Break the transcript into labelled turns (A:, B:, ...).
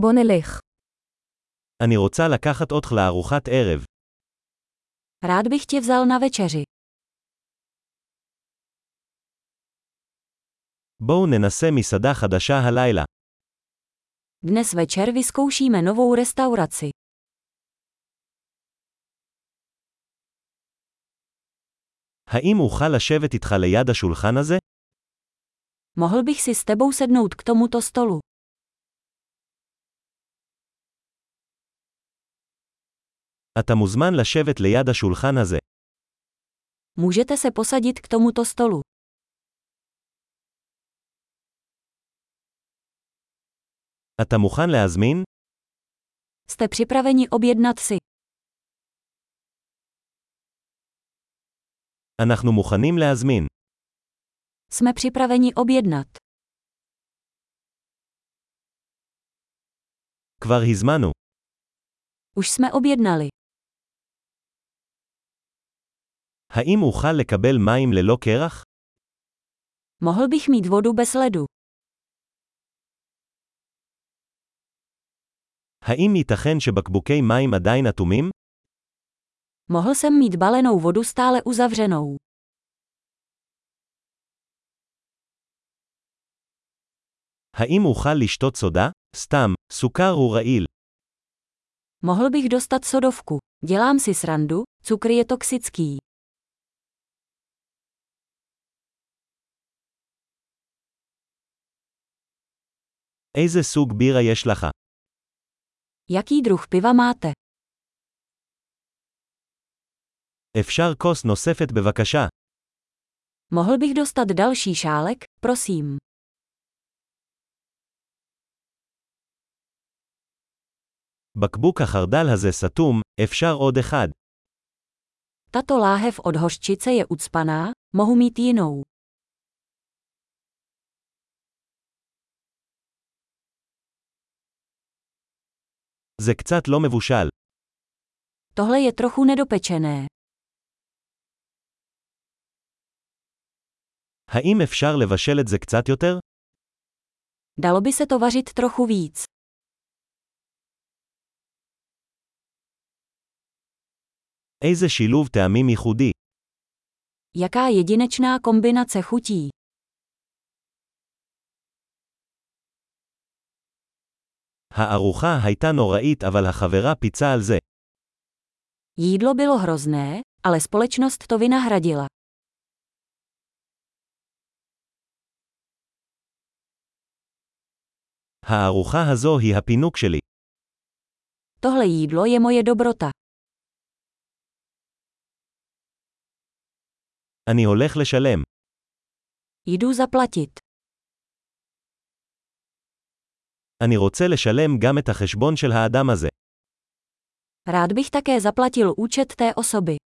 A: בוא נלך.
B: אני רוצה לקחת אותך לארוחת ערב.
A: Rád bych tě vzal na večeři.
B: בואו ננסה מסעדה חדשה הלילה.
A: Dnes večer vyzkoušíme novou restauraci.
B: האם אוכל לשבת איתך ליד השולחן הזה?
A: Mohl bych si s tebou sednout k tomuto stolu.
B: אתה מוזמן לשבת ליד השולחן הזה.
A: Můžete se posadit k tomuto stolu.
B: אתה מוכן להזמין?
A: Jste připraveni objednat si?
B: אנחנו מוכנים להזמין.
A: Jsme připraveni objednat.
B: כבר הזמנו.
A: Už jsme objednali.
B: האם אוכל לקבל מים ללא קרח?
A: Mohl bych mít vodu bez ledu.
B: האם ייתכן שבקבוקי מים עדיין אטומים?
A: Mohl jsem mít balenou vodu stále uzavřenou.
B: האם אוכל לשתות סודה? סתם, סוכר הוא רעיל.
A: Mohl bych dostat sodovku. Dělám si srandu, cukr je toxický.
B: איזה סוג בירה יש לך?
A: Jaký druh piva máte?
B: אפשר כוס נוספת בבקשה.
A: Mohl bych dostat další šálek, prosím.
B: בקבוק החרדל הזה סתום, אפשר עוד אחד.
A: Tato láhev od hořčice je ucpaná, mohu mít jinou.
B: זה קצת לא מבושל.
A: Tohle je trochu nedopečené.
B: האם אפשר לבשל את זה קצת יותר?
A: Dalo by se to vařit trochu víc.
B: איזה שילוב טעמים ייחודי.
A: Jaká jedinečná kombinace chutí.
B: הארוחה הייתה נוראית אבל החברה פיצה על זה.
A: Jídlo bylo hrozné, ale společnost to vynahradila.
B: הארוחה הזו היא הפינוק שלי.
A: Tohle jídlo je moje dobrota.
B: אני הולך לשלם.
A: Jdu zaplatit.
B: אני רוצה לשלם גם את החשבון של האדם הזה.
A: Rád bych také zaplatil účet té osoby.